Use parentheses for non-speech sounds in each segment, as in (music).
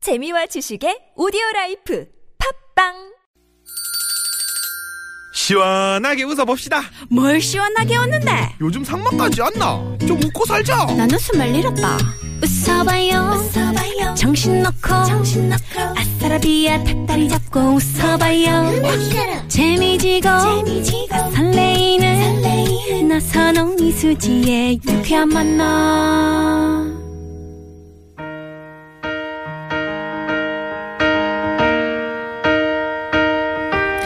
재미와 지식의 오디오 라이프 팝빵 시원하게 웃어봅시다. 뭘 시원하게 웃는데 요즘 상만까지 안 나. 좀 웃고 살자. 난 웃음을 잃었다 웃어봐요, 웃어봐요. 정신 놓고 정신 놓고 아, 아싸라비아 닭다리 잡고 웃어봐요 재미지고 재미지고 설레이는 설레이는 나선홍 이수지의 유쾌한 만남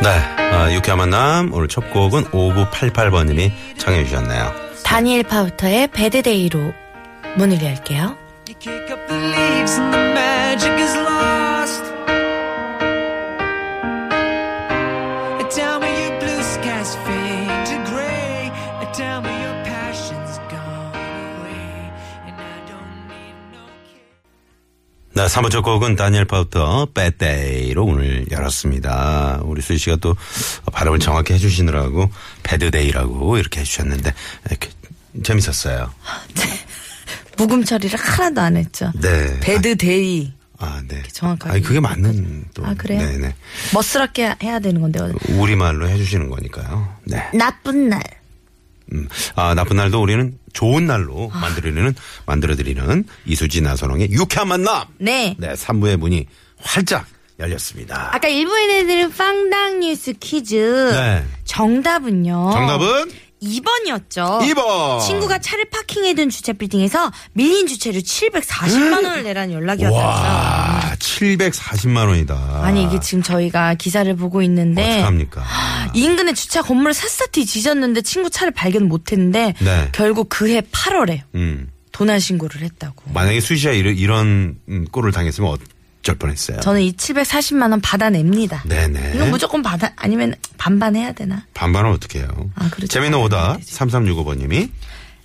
네, 아, 유쾌한 만남 오늘 첫 곡은 5988번님이 청해 주셨네요. 다니엘 파우터의 배드데이로 문을 열게요. You kick up the leaves and the magic is lost. Tell me your blue skies fade to gray. Tell me your passion's gone away. And I don't need no kiss. 네, 3부 첫 곡은 다니엘 파우터 배데이로 오늘 열었습니다. 우리 수희 씨가 또 발음을 정확히 해주시느라고 배드데이라고 이렇게 해주셨는데 이렇게 재밌었어요. 묵음 처리를 하나도 안 했죠. 네. 배드데이. 아, 네. 정확하게. 아니, 그게 맞는 또. 아, 그래요? 네네. 멋스럽게 해야 되는 건데. 우리말로 해주시는 거니까요. 네. 나쁜 날. 음. 아, 나쁜 날도 우리는 좋은 날로 아. 만들어드리는, 만들어드리는 이수지 나선홍의 유쾌한 만남! 네. 네, 3부의 문이 활짝 열렸습니다. 아까 일부에 내드린 빵당 뉴스 퀴즈. 네. 정답은요. 정답은 2번이었죠. 2번. 어, 친구가 차를 파킹해둔 주차 빌딩에서 밀린 주차료 740만원을 내라는 연락이 왔어요. 와, 740만 원이다. 음. 아니, 네. 이게 지금 저희가 기사를 보고 있는데. 어떡합니까? 인근의 주차 건물을 샅샅이 뒤졌는데 친구 차를 발견 못했는데 네. 결국 그해 8월에 음. 도난 신고를 했다고. 만약에 수시가 이런, 이런 음, 꼴을 당했으면 어쩔 뻔했어요. 저는 이 740만 원 받아냅니다. 네네. 이건 뭐- 무조건 받아 아니면 반반 해야 되나? 반반은 어떻게 해요? 아, 그렇죠. 재밌는 오다 3365번님이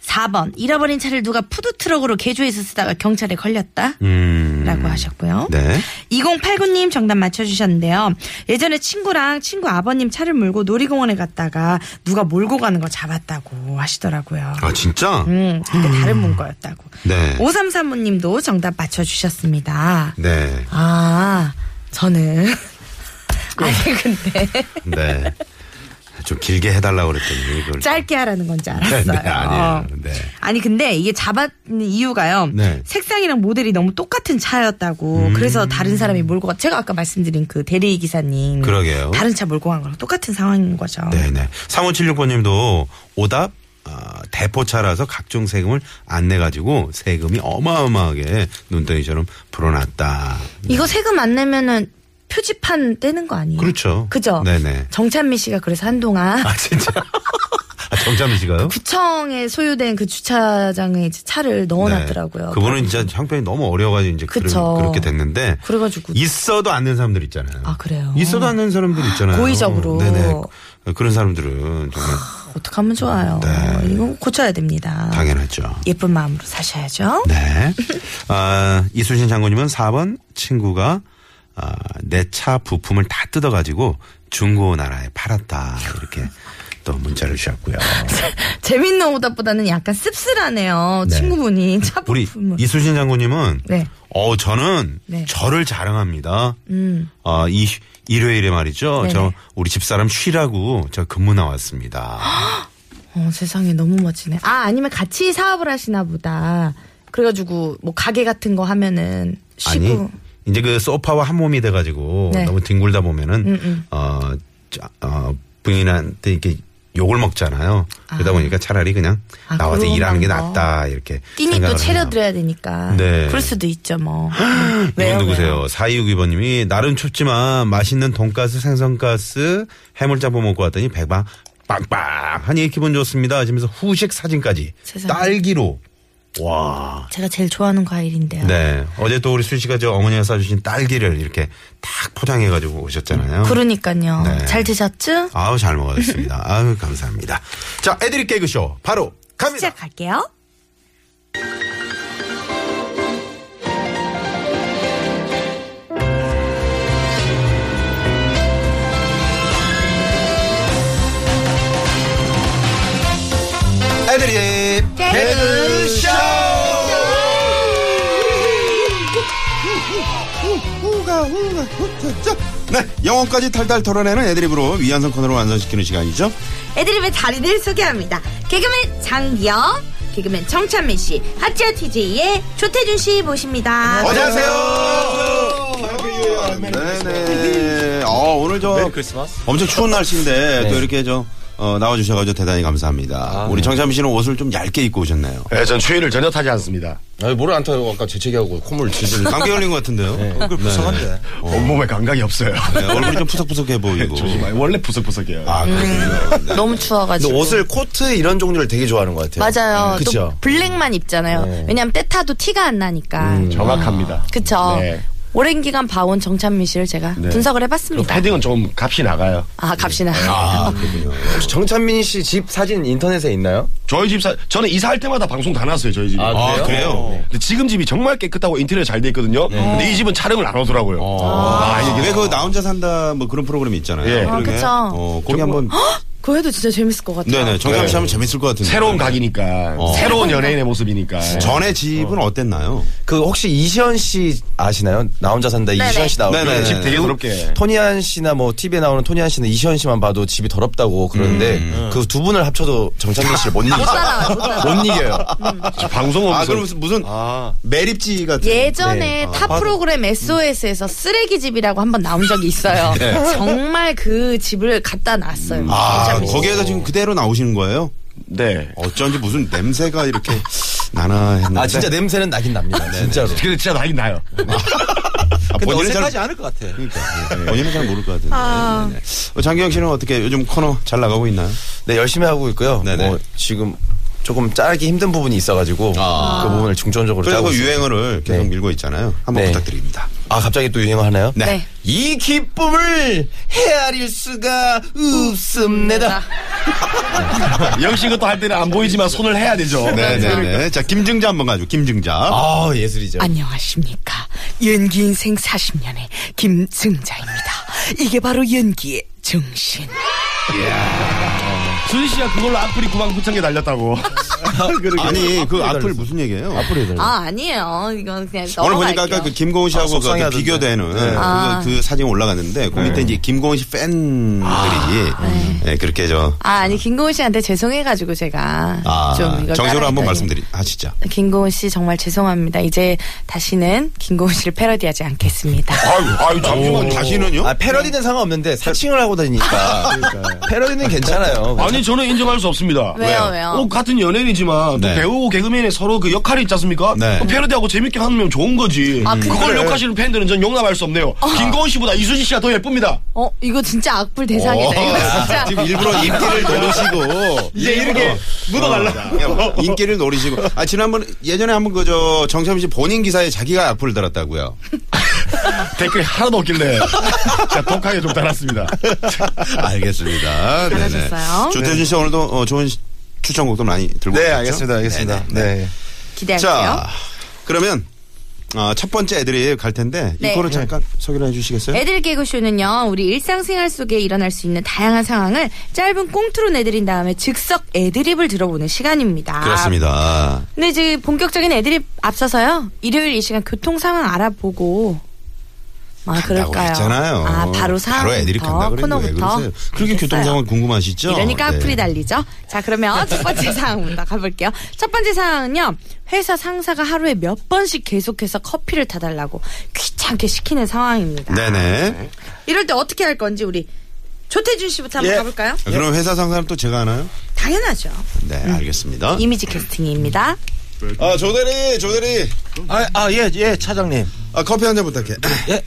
4번 잃어버린 차를 누가 푸드 트럭으로 개조해서 쓰다가 경찰에 걸렸다. 음. 라고 하셨고요. 네. 2089님 정답 맞춰주셨는데요. 예전에 친구랑 친구 아버님 차를 몰고 놀이공원에 갔다가 누가 몰고 가는 거 잡았다고 하시더라고요. 아 진짜? 음, 그때 다른 문과였다고. 네. 오삼삼모님도 정답 맞춰주셨습니다. 네. 아, 저는. (laughs) 아니, 근데. 네. 좀 길게 해달라고 그랬더니 이걸 짧게 하라는 건지 음. 네, 알았어요. 네, 아니에요. 네. 아니, 근데 이게 잡았는 이유가요. 네. 음. 색상이랑 모델이 너무 똑같은 차였다고. 그래서 다른 사람이 몰고 가. 제가 아까 말씀드린 그 대리 기사님. 그러게요. 다른 차 몰고 간 거랑 똑같은 상황인 거죠. 그렇죠. 네네. 3576번님도 오답 아, 대포차라서 각종 세금을 안 내가지고 세금이 어마어마하게 눈덩이처럼 불어났다. 이거 세금 안 내면은 표지판 떼는 거 아니에요? 그렇죠. 그죠? 네네. 정찬미 씨가 그래서 한동안 아 진짜. (laughs) 아, 정찬미 씨가요? 그 구청에 소유된 그 주차장에 이제 차를 넣어놨더라고요. 네. 그분은 진짜 형편이 너무 어려워가지고 이제 그런- 그쵸. 그렇게 됐는데. 그래가지고 있어도 안 낸 사람들 있잖아요. 아, 그래요? 있어도 안 낸 사람들 있잖아요. 고의적으로. 네네. 그런 사람들은 정말 어떻게 하면 좋아요. 네. 이건 고쳐야 됩니다. 당연하죠. 예쁜 마음으로 사셔야죠. 네. 아, 이수신 장군님은 4번 친구가 아, 내 차 부품을 다 뜯어가지고 중고 나라에 팔았다 이렇게 또 문자를 주셨고요. 재밌는 오답보다는 약간 씁쓸하네요. 네. 친구분이 차 우리 부품을. 이수신 장군님은 네. 어 저는 네. 음. 저를 자랑합니다. 아, 이 휴- 일요일에 말이죠. 네네. 저 우리 집사람 쉬라고 저 근무 (gasps) 나왔습니다. 어, 세상에 너무 멋지네. 아 아니면 같이 사업을 하시나 보다. 그래가지고 뭐 가게 같은 거 하면은 쉬고. 아니 이제 그 소파와 한 몸이 돼가지고 네. 음, 너무 뒹굴다 보면은 어, 자- 어, 부인한테 이렇게 욕을 먹잖아요. 그러다 보니까 차라리 그냥 아, 나와서 그런 일하는 게 방법. 낫다 이렇게 끼니 또 생각을 해요. 체려드려야 되니까. 네. 그럴 수도 있죠 (gasps) 뭐. 이분 누구세요? 4262번님이 나름 춥지만 맛있는 돈가스, 생선가스, 해물짬뽕 먹고 왔더니 배가 빵빵하니 기분 좋습니다. 하시면서 후식 사진까지 세상에. 딸기로 와. 제가 제일 좋아하는 과일인데요. 네. 어제 또 우리 수씨가 저 어머니가 싸주신 딸기를 이렇게 딱 포장해가지고 오셨잖아요. 그러니까요. 네. 잘 드셨죠? 아우, 잘 먹었습니다. 아우, 감사합니다. 자, 애드립 개그쇼. 바로 갑니다. 시작할게요. 애드립 개그쇼! 우가 우가 후트죠. 네, 영혼까지 탈탈 털어내는 애드립으로 위안성 코너로 완성시키는 시간이죠. 애드립의 달인을 소개합니다. 개그맨 장기영, 개그맨 정찬민 씨, 하츠야 TJ의 조태준 씨 어, 모십니다. 안녕하세요. 네네. 어, 오늘 저 크리스마스. 엄청 추운 네. 날씨인데 또 이렇게 저 어, 나와주셔가지고 대단히 감사합니다. 아, 우리 정찬미 씨는 옷을 좀 얇게 입고 오셨네요. 네, 전 추위를 전혀 타지 않습니다. 아니, 뭐를 안 타요? 아까 재채기하고 콧물 질질. 감기 걸린 것 같은데요. 얼굴 부상한데. 온몸에 감각이 없어요. 네, 얼굴이 좀 푸석푸석해 보이고. 아, 조심하요 원래 부석부석해요. 아, 그렇군요. 네. 너무 추워가지고. 근데 음. 옷을 코트 이런 종류를 되게 좋아하는 것 음, 같아요. 맞아요. 또 그쵸. 블랙만 입잖아요. 어. 왜냐면 때 타도 티가 안 나니까. 음, 정확합니다. 그쵸. 네. 오랜 기간 봐온 정찬민 씨를 제가 네. 분석을 그 해봤습니다. 패딩은 좀 값이 나가요. 아, 갑시나. 네. 혹시 정찬민 씨 집 사진 인터넷에 있나요? 저희 집 사, 저는 이사할 때마다 방송 다 났어요, 네. 저희 집이. 아, 아, 그래요? 근데 지금 집이 정말 깨끗하고 인테리어 잘 돼 있거든요. 근데 이 집은 촬영을 안 오더라고요. 아, 이게 어, 왜 그 나 혼자 산다 뭐 그런 프로그램 있잖아요. 예. 아, 그쵸. 뭐? 어, 거기 한번 그거 해도 진짜 재밌을 것 같아요. 네네 정감 씨 하면 재밌을 것 같은데. 새로운 각이니까, 새로운 연예인의 모습이니까. 전에 집은 어땠나요? 네. 그 혹시 이시연 씨 아시나요? 나 혼자 산다 이시연 씨 나오는 네네네. 집 되게 더럽게. 토니안 씨나 뭐 TV에 나오는 토니안 씨는 이시연 씨만 봐도 집이 더럽다고 그러는데 음. 그 두 분을 합쳐도 정찬민 씨를 못 이기죠. 따라와요, 못 따라와요. 못 이겨요. 방송 아 없어. 그럼 무슨, 무슨 아. 매립지 같은. 네. 예전에 아, 타 프로그램 SOS에서 쓰레기 집이라고 한 번 나온 (laughs) 적이 있어요. 정말 그 집을 갖다 놨어요. 네. 아 정찬민 씨. 거기에서 지금 그대로 나오시는 거예요? 네. 어쩐지 무슨 냄새가 이렇게 나나 했는데. 아 진짜 냄새는 나긴 납니다. 진짜로. 그 근데 진짜 나긴 나요. 아, 근데 본인은 잘 어색하지 않을 것 같아. 그러니까 네. 본인은 잘 모를 것 같은데. 아. 네, 네. 어, 장기영 씨는 어떻게 요즘 코너 잘 나가고 있나요? 네 열심히 하고 있고요. 네네. 뭐 지금 조금 짜기 힘든 부분이 있어가지고 그 부분을 중점적으로 아. 그래서 짜고 그 있어요. 유행어를 계속 네. 밀고 있잖아요. 한번 네. 부탁드립니다. 아 갑자기 또 유행어 하나요? 네. 네. (laughs) 이 기쁨을 헤아릴 수가 네. 네. 아. 없습니다. 역시 이것도 할 때는 안 보이지만 손을 해야 되죠. 네네네. 자 김증자 한번 가죠. 김증자. 아 예술이죠. 안녕하십니까. 연기 인생 40년의 김승자입니다. 이게 바로 연기의 정신. 수진 씨가 그걸로 악플이 9만 9천 개 달렸다고. 아니 그 악플 무슨 얘기예요? 아, 아니에요. 이건 그냥 오늘 넘어갈게요. 보니까 아까 그 김고은 씨하고 아, 그 어떤 속상해하던데. 비교되는 네. 그, 아. 그 사진이 올라갔는데 그 밑에 이제 김고은 씨 팬들이 네, 그렇게 저 아, 아니, 김고은 씨한테 죄송해가지고 제가 아, 좀 이걸 정식으로 한번 따라했더니. 말씀드리 하시죠. 김고은 씨 정말 죄송합니다. 이제 다시는 김고은 씨를 패러디하지 않겠습니다. 어, 아유, 아유, 잠시만요. 다시는요? 아 패러디는 상관없는데 사칭을 하고 다니니까 패러디는 괜찮아요. 아니 저는 인정할 수 없습니다. 왜요, 왜요? 어, 그 같은 연예인이지만 또 네. 배우 개그맨의 서로 그 역할이 있지 않습니까? 네. 어, 그 패러디하고 재밌게 하면 좋은 거지. 아, 그걸 네. 욕하시는 팬들은 전 용납할 수 없네요. 아. 김고은 씨보다 이수지 씨가 더 예쁩니다. 어, 이거 진짜 악플 대상이다. 이거 진짜. 어. (laughs) 아, 지금 일부러 인기를 노리시고 이제 이렇게 묻어갈라. 그냥 인기를 노리시고 아 지난번 예전에 한번 그저 정참 씨 본인 기사에 자기가 악플을 달았다고요. (laughs) 댓글이 하나도 없길래 제가 독하게 좀 달았습니다. (laughs) 알겠습니다. 네네. 잘하셨어요. 조태준 씨 오늘도 어, 좋은 시- 추천곡도 많이 들고 네 오셨죠? 알겠습니다. 알겠습니다. 네네. 네. 기대할게요. 자 그러면 어, 첫 번째 애들이 갈 텐데 네. 이 코너 잠깐 소개를 해주시겠어요? 애들 개그쇼는요, 우리 일상생활 속에 일어날 수 있는 다양한 상황을 짧은 꽁트로 내드린 다음에 즉석 애드립을 들어보는 시간입니다. 그렇습니다. 근데 이제 본격적인 애드립 앞서서요, 일요일 이 시간 교통 상황 알아볼고, 아, 간다고 그럴까요? 했잖아요. 아, 바로 상황. 애들이 간다 그랬는데 왜 코너부터. 그러세요? 그렇게 교통 상황 궁금하시죠? 이러니까 네. 악플이 달리죠. 자, 그러면 첫 번째 상황부터 가볼게요. 첫 번째 상황은요. 회사 상사가 하루에 몇 번씩 계속해서 커피를 타달라고 귀찮게 시키는 상황입니다. 네네. 아. 이럴 때 어떻게 할 건지 우리 조태준 씨부터 한번 예. 가볼까요? 그럼 회사 상사는 또 제가 하나요? 당연하죠. 네, 음. 알겠습니다. 이미지 캐스팅입니다. 아, 조대리, 조대리. 아예예 차장님. 아, 커피 한 잔 부탁해. 예.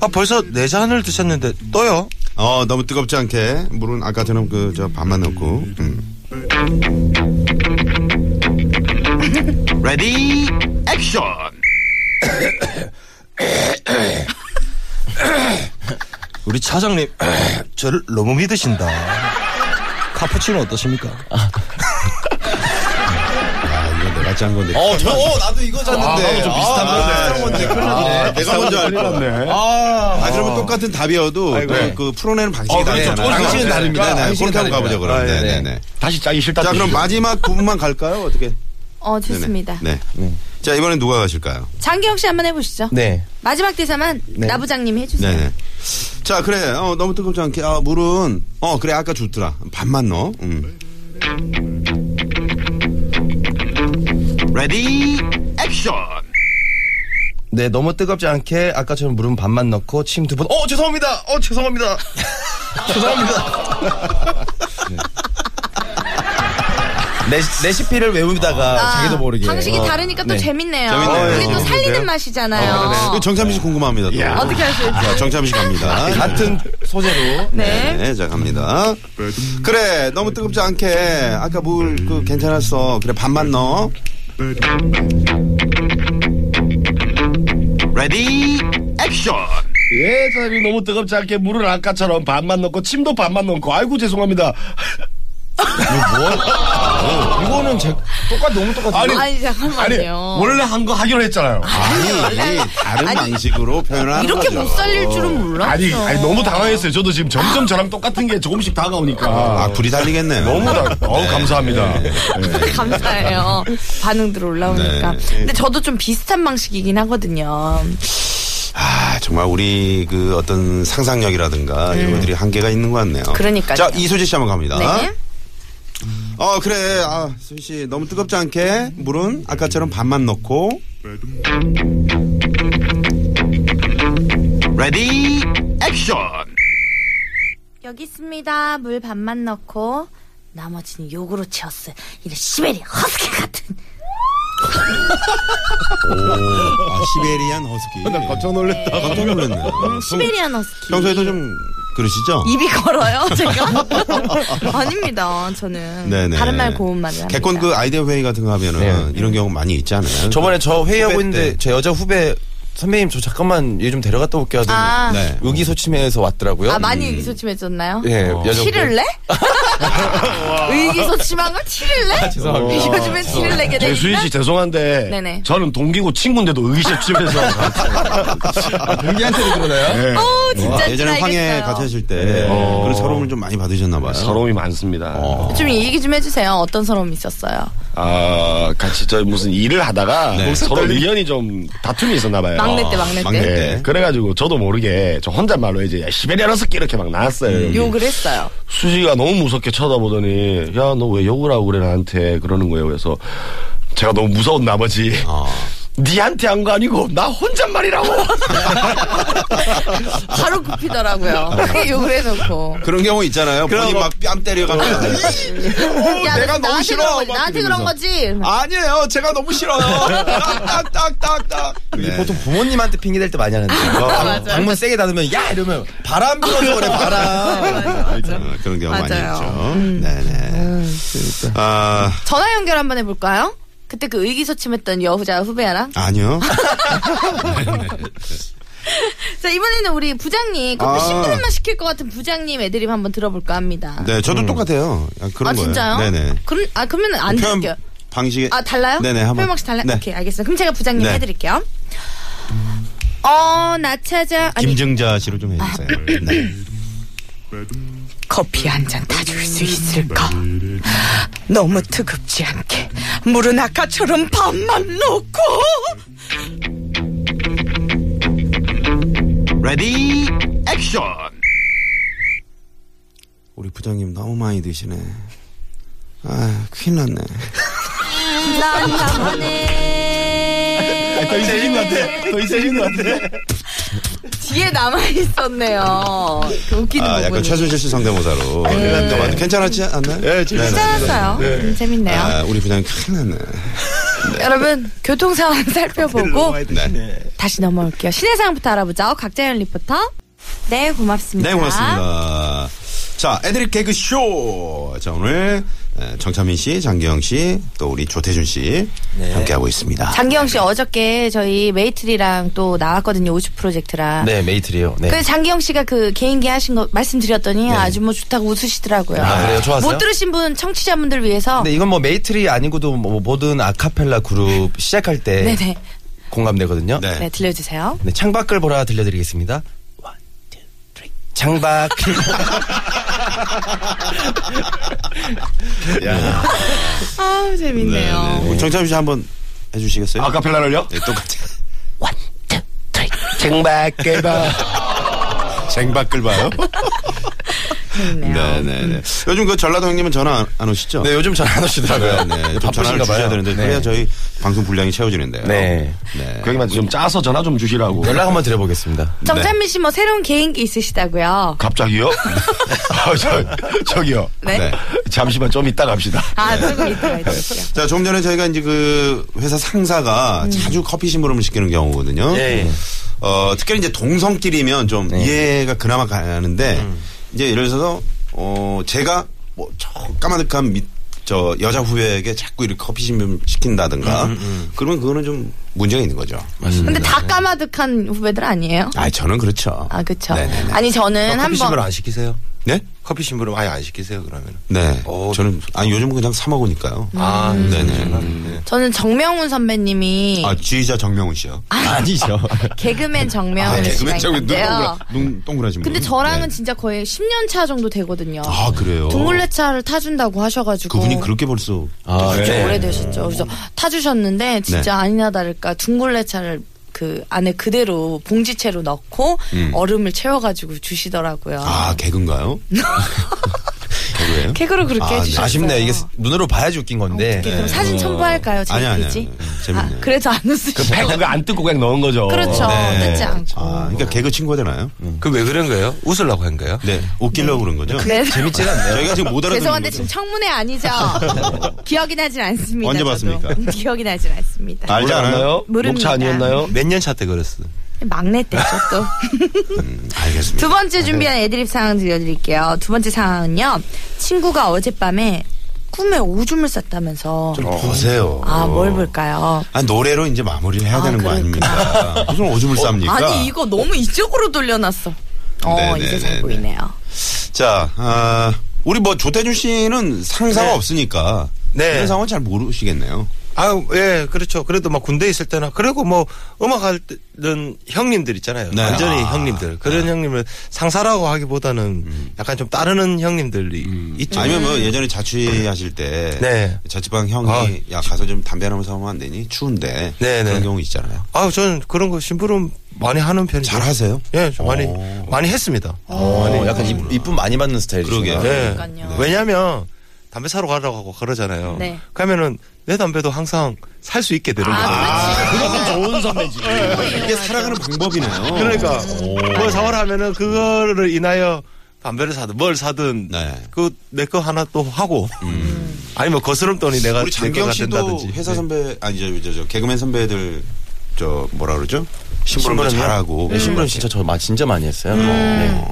아 벌써 네 잔을 드셨는데 또요? 어, 너무 뜨겁지 않게. 물은 아까처럼 그, 저, 밥만 넣고. 음. 레디 액션. 우리 차장님 (clears throat) 저를 너무 믿으신다. 카푸치노 어떠십니까? 아, 이거 내가 짠 건데. 어, 저, 어, 나도 이거 잤는데. 나도 좀 비슷한 건데. 아, 내가 먼저 알 큰일 거. 났네. 아, 그러면 똑같은 답이어도 또 네. 그 풀어내는 방식이 어, 그렇죠. 다르잖아요. 방식은 다릅니다. 네네. 방식은 그렇게 한번 가보죠, 다릅니다. 그럼. 아, 네, 네네네. 네. 다시 짜기 싫다. 자, 그럼 마지막 부분만 갈까요? 어떻게? 네, 어, 좋습니다. 네네. 네. 자, 이번엔 누가 가실까요? 장기영 씨 한번 해보시죠. 네. 마지막 대사만 네. 나부장님이 해주세요. 네네. 자, 그래. 어, 너무 뜨겁지 않게. 아, 물은. 어, 그래. 아까 줬더라. 반만 넣어. 음. 레디 액션. 네, 너무 뜨겁지 않게 아까처럼 물은 반만 넣고 침 두 번. 어, 죄송합니다. 어, (laughs) 죄송합니다. 죄송합니다. 네. 레시, 레시피를 외우다가 아, 자기도 모르게. 방식이 어, 다르니까 또 네. 재밌네요. 재밌네요. 그게 또 어, 살리는 그래요? 맛이잖아요. 어, 정찬민 씨 궁금합니다. 또. 어떻게 하실지. 자, 정찬민 씨 갑니다. 같은 소재로. 네. 네, 자, 갑니다. 그래. 너무 뜨겁지 않게. 아까 물, 그, 괜찮았어. 그래. 반만 넣어. 레디 액션 예 사장님 너무 뜨겁지 않게 물을 아까처럼 반만 넣고 침도 반만 넣고 아이고 죄송합니다 이거 뭐 이거는 제 똑같 너무 똑같아 아니, 잠깐만요. 원래 한 거 하기로 했잖아요 아니, 다른 방식으로 표현하는 이렇게 거죠. 못 살릴 줄은 몰랐어. 아니, 아니 (laughs) 너무 당황했어요 저도 지금 점점 저랑 똑같은 게 조금씩 다가오니까 아, 불이 달리겠네요. 너무 당 어우 감사합니다 네. (laughs) 네. 감사해요. 반응들 올라오니까. 네. 근데 저도 좀 비슷한 방식이긴 하거든요. 아, 정말 우리 그 어떤 상상력이라든가 이런 것들이 한계가 있는 것 같네요. 음. 그러니까요. 자, 이수지 씨 한번 갑니다. 네. 어, 그래. 아, 수지 씨 너무 뜨겁지 않게 물은 아까처럼 반만 넣고. 레디 액션 여기 있습니다. 물 반만 넣고 나머지는 욕으로 채웠어요. 이런 시베리 허스키 같은. 음. 아, 시베리안 허스키. 나 깜짝 놀랐다. 깜짝 놀랐네. 시베리안 허스키. 평소에도 좀 그러시죠? 입이 걸어요, 제가? (laughs) 아닙니다, 저는. 네네. 다른 말 고운말을 합니다. 개콘 그 아이디어 회의 같은 거 하면은 이런 경우 많이 있잖아요. 저번에 저 회의하고 후배 있는데 때. 제 여자 후배 선배님 저 잠깐만 얘 좀 데려갔다 올게요 하더니 아. 네. 음. 의기소침해서 왔더라고요. 아, 어. 많이 의기소침해졌나요? 예, 여자 티를 내? 의기소침한 걸 티를 아, 내? 죄송합니다. 요즘에 어. 티를 내게 되니까. 네. 재수인 씨 죄송한데 네네. 저는 동기고 친구인데도 의기소침해서 (laughs) 동기한테도 그러나요? 오, 네. 어, 진짜 어. 예전에 황해 티나겠어요. 같이 하실 때 어. 그런 네. 서러움을 좀 많이 받으셨나 봐요. 서러움이 많습니다 어. 좀 얘기 좀 해주세요. 어떤 서러움이 있었어요? 아 같이 저 무슨 일을 하다가 네. 서로 의견이 좀 다툼이 있었나 봐요. 막내 때, 막내 때. 막내 아, 때. 네, 그래가지고 저도 모르게 저 혼잣말로 이제 야, 시베리아 러스키 이렇게 막 음. 나왔어요. 여기. 욕을 했어요. 수지가 너무 무섭게 쳐다보더니 야 너 왜 욕을 하고 그래 나한테 그러는 거예요. 그래서 제가 너무 무서운 나머지 (laughs) 아, 니한테 한 거 아니고 나 혼잣말이라고. (laughs) 바로 굽히더라고요. 욕을 해놓고. 그런 네. 경우 있잖아요. 본인 거. 막뺨 때려가면서. 야, 어, 내가 너 너무 나한테 싫어. 그런 거지. 막 나한테 그런 거지. (laughs) 아니에요. 제가 너무 싫어요. 딱딱딱딱딱. 네. 이게 보통 부모님한테 핑계 댈 때 많이 하는데 아, 방- 방문 세게 닫으면 야 이러면 바람 불어서 그래 바람 아, 그런 경우 맞아요. 음. 많이 있죠. 네네. 아 전화 연결 한번 해볼까요? 그때 그 의기소침했던 여자 후배랑. 아니요. 자, 이번에는 우리 부장님, 커피 아. 10분만 시킬 것 같은 부장님 애드립 한번 들어볼까 합니다. 네 저도 똑같아요. 아, 그런 아, 거예요. 진짜요? 네네. 그럼, 아, 그러면 안 표현 드릴게요. 방식에 아, 달라요? 네네 한번. 표현 방식 달라요? 네. 오케이, 알겠습니다. 그럼 제가 부장님 네. 해드릴게요. 어, 나 찾아. 아니, 김정자 씨로 좀 해주세요. 네. 커피 한 잔 타줄 수 있을까? 너무 뜨겁지 않게 물은 아까처럼 밥만 넣고 레디 액션. 우리 부장님 너무 많이 드시네. 아 큰일 났네. 난 나만의 더 있으신 것 같아. 더 있으신 것 같아. 뒤에 남아있었네요. 그 웃기는 아 부분이. 약간 최순실 씨 상대모사로. 네, 맞- 괜찮았지 않나요? 네 괜찮았어요. 음, 재밌네요. 아, 우리 부장님 큰일 났네. 여러분 교통 상황 (laughs) 살펴보고 네. 다시 넘어올게요. 시내 상황부터 알아보죠. 곽자연 리포터. 네 고맙습니다. 네, 고맙습니다. 자, 애드립 개그 쇼. 자, 오늘 에, 정찬민 씨, 장기영 씨, 또 우리 조태준 씨 함께하고 있습니다. 장기영 씨 어저께 저희 메이트리랑 또 나왔거든요. 50 프로젝트랑. 네 메이트리요 네. 그 장기영 씨가 그 개인기 하신 거 말씀드렸더니 네. 아주 뭐 좋다고 웃으시더라고요. 아, 그래요? 좋았어요? 못 들으신 분 청취자분들 네. 위해서 근데 이건 뭐 메이트리 아니고도 뭐 모든 아카펠라 그룹 시작할 때 네네 공감되거든요 네. 네 들려주세요. 네, 창밖을 보라 들려드리겠습니다. 원, 투, 쓰리. 창밖을 (laughs) 아 재밌네요. 아, 네. 우리 정찬민 씨 한번 해주시겠어요? 아카펠라를요? 네, 똑같이. (laughs) 쟁박을 봐. 쟁박을 (laughs) 봐요? 네네네. 요즘 그 전라도 형님은 전화 안- 안 오시죠? 네, 요즘 잘 안 오시더라고요. 네, 네. 좀 바쁘신가 전화를 봐요. 주셔야 되는데 그래야 네. 저희 방송 분량이 채워지는데요. 네. 네. 그 형님한테 좀 짜서 전화 좀 주시라고. 음. 연락 한번 드려보겠습니다. 정찬민 씨 뭐 새로운 개인기 있으시다고요? 갑자기요? (laughs) 아, 저, 저기요. 네? 잠시만 좀 이따 갑시다. 아, 네. 조금 이따가 해드릴게요. 자, 조금 전에 저희가 이제 그 회사 음. 상사가 자주 커피 심부름을 시키는 경우거든요. 네. 예. 어, 특별히 이제 동성끼리면 좀 이해가 그나마 가는데 음. 이제 예를 들어서 어, 제가 뭐 저 까마득한 밑, 저 여자 후배에게 자꾸 이렇게 커피 심부름 음, 시킨다든가 그러면 그거는 좀 문제가 있는 거죠. 근데 네. 다 까마득한 후배들 아니에요? 아, 저는 그렇죠. 아, 그쵸. 네네네. 아니, 저는 한 커피 심부름 번. 안 시키세요? 네? 커피 심부름 아예 안 시키세요 그러면? 네. 어, 저는 아니 요즘은 그냥 사 먹으니까요. 아 음. 네네. 저는 정명훈 선배님이 아, 지휘자 정명훈 씨요. 아니죠. 개그맨 정명훈 아, 개그맨 씨가 정명훈 눈 있는데요. 동그라- 눈 동그라진 분. 네. 근데 저랑은 네. 진짜 거의 10년 차 정도 되거든요. 아, 그래요. 둥글레차를 타준다고 하셔가지고. 그분이 그렇게 벌써 아, 좀 네. 오래되셨죠. 그래서 타주셨는데 진짜 네. 아니나 다를까 둥글레차를 그 안에 그대로 봉지채로 넣고 얼음을 채워가지고 주시더라고요. 아 개그인가요? 개그예요? 개그로 그렇게 아, 네. 해주셨어요. 아, 아쉽네. 이게 스- 눈으로 봐야지 웃긴 건데. 어떡해. 그럼 사진 첨부할까요? 아니 아니 제이지? 재밌네. 아, 그래서 안 그 웃으시죠. 배고가 안 뜯고 그냥 넣은 거죠. 그렇죠. 네. 뜯지 않고. 아, 그러니까 개그 친구가 되나요? 그 왜 그런 거예요? 웃으려고 한 거예요? 네, 웃기려고 그런 거죠. 네. 재밌진 않네요. 저희가 지금 못 알아듣는 죄송한데 거죠. 지금 (laughs) 청문회 아니죠? 기억이 나진 않습니다. 언제 저도. 봤습니까? 기억이 나진 않습니다. 알지 않아요? 몰랐나요? 모릅니다. 녹차 아니었나요? 몇 년 차 때 그랬어. 막내 때죠 또. 알겠습니다. 두 번째 준비한 애드립 상황 들려드릴게요. 두 번째 상황은요. 친구가 어젯밤에 꿈에 오줌을 쌌다면서. 좀 어, 보세요. 아, 뭘 볼까요? 아, 노래로 이제 마무리를 해야 아, 되는 그러니까. 거 아닙니까? 무슨 오줌을 쌉니까? 아니, 이거 너무 이쪽으로 돌려놨어. 어, 그러니까. 네네네네. 이제 잘 보이네요. 자, 아, 우리 뭐 조태준 씨는 상사가 네. 없으니까 네. 이런 상황 잘 모르시겠네요. 아, 예, 그렇죠. 그래도 막 군대 있을 때나, 그리고 뭐, 음악 할 때는 형님들 있잖아요. 네. 완전히 아. 형님들. 그런 형님을 상사라고 하기보다는 약간 좀 따르는 형님들이 있죠. 아니면 뭐 예전에 자취하실 때 네. 자취방 형이 아, 야 가서 좀 담배 하나 사오면 안 되니 추운데 네, 그런 네. 경우 있잖아요. 아, 저는 그런 거 심부름 많이 하는 편이죠. 잘 하세요? 예, 좀 많이, 오. 많이 했습니다. 아니, 약간 이- 이쁨 많이 받는 스타일이죠. 그러게요. 예. 그러니까요. 네. 왜냐면, 담배 사러 가라고 하고 그러잖아요. 네. 아, 그러면은, 내 담배도 항상 살 수 있게 되는 거예요. 그것은 (laughs) 좋은 선배지. 이게 살아가는 방법이네요. 그러니까 뭘 사와라 하면은 그거를 인하여 담배를 사든 뭘 사든 네. 음. 그 내 거 하나 또 하고 아니면 뭐 거스름 돈이 내가 우리 장경 내거가 씨도 된다든지 회사 네. 선배 아니 저, 저, 저 개그맨 선배들 저 뭐라 그러죠? 신부름 신부름이요? 잘하고 음. 네, 신부름 진짜 저 마- 진짜 많이 했어요. 네.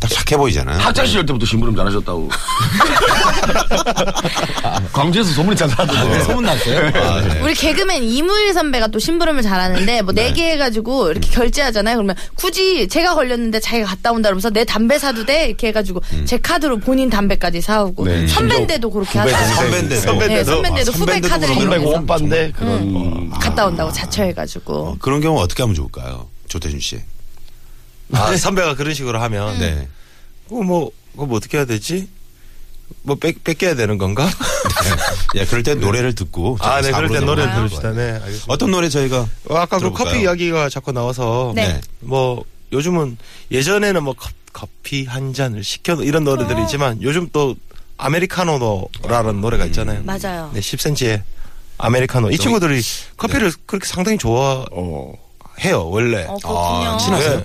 딱 착해 보이잖아요. 학창 시절 때부터 심부름 (laughs) 잘하셨다고. 광주에서 소문이 잘 나던데. 네, 소문 났어요? 아, 네. 우리 개그맨 이무일 선배가 또 심부름을 잘하는데 뭐 네 개 해가지고 이렇게 결제하잖아요. 그러면 굳이 제가 걸렸는데 자기가 갔다 온다 그러면서 내 담배 사도 돼 이렇게 해가지고 음. 제 카드로 본인 담배까지 사오고 네. 선배인데도 그렇게 하잖아요. 선배인데도 아, 네, 선배인데도 후배 카드를 그러면은 선배고 이용해서 오빠인데 그런. 갔다 온다고 자처해가지고. 그런 경우 어떻게 하면 좋을까요? 조태준 (laughs) 씨. 아, 선배가 그런 식으로 하면 네. 그거 뭐 그거 뭐 어떻게 해야 되지? 뭐 뺏, 뺏겨야 되는 건가? 예, 그럴 때 노래를 듣고 아, 네, 그럴 사부로 때 노래 넘어가는 들읍시다. 네, 알겠습니다. 어떤 노래 저희가 어, 아까 그 들어볼까요? 커피 이야기가 자꾸 나와서 네. 뭐 요즘은 예전에는 뭐 컵- 커피 한 잔을 시켜 이런 노래들이 어. 있지만 요즘 또 아메리카노라는 노래가 있잖아요. 맞아요. 네, 10cm의 아메리카노. 이 친구들이 네. 커피를 그렇게 상당히 좋아해요 어. 원래. 어, 아, 아, 그렇군요. 친하세요?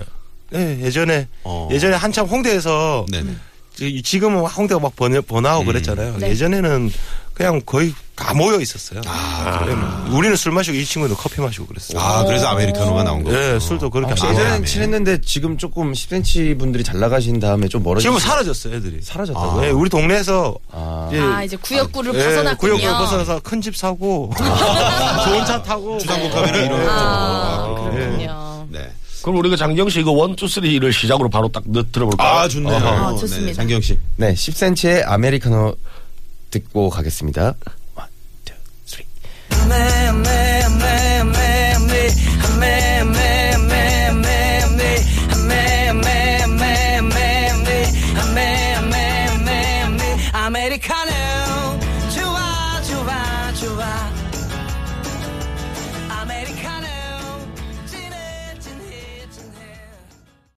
네, 네, 예전에 어. 예전에 한참 홍대에서 네네. 음. 지- 지금은 홍대가 막 번여, 번화하고 그랬잖아요. 네. 예전에는 그냥 거의 다 모여 있었어요. 아, 네, 뭐 우리는 술 마시고 이 친구는 커피 마시고 그랬어요. 아, 그래서 아메리카노가 나온 예, 거예요. 술도 그렇게 혹시 안 예전엔 먹어요. 친했는데 지금 조금 10cm 분들이 잘 나가신 다음에 좀 멀어지고 지금 사라졌어요, 애들이. 아. 사라졌다고요? 예, 우리 동네에서 아. 이제 아 이제 구역구를 예, 벗어났군요. 구역을 벗어나서 큰 집 사고 좋은 차 타고 주상국 카메라 이런 거. (laughs) 아, 아, 예. 그렇군요. 네. 그럼 우리가 장경 씨 이거 원, 투, 쓰리를 시작으로 바로 딱 넣- 들어볼까요? 아, 좋네요. 아, 네, 좋습니다. 장경 씨. 네, 10cm의 아메리카노 듣고 가겠습니다. me, me, me, me, me, me, me,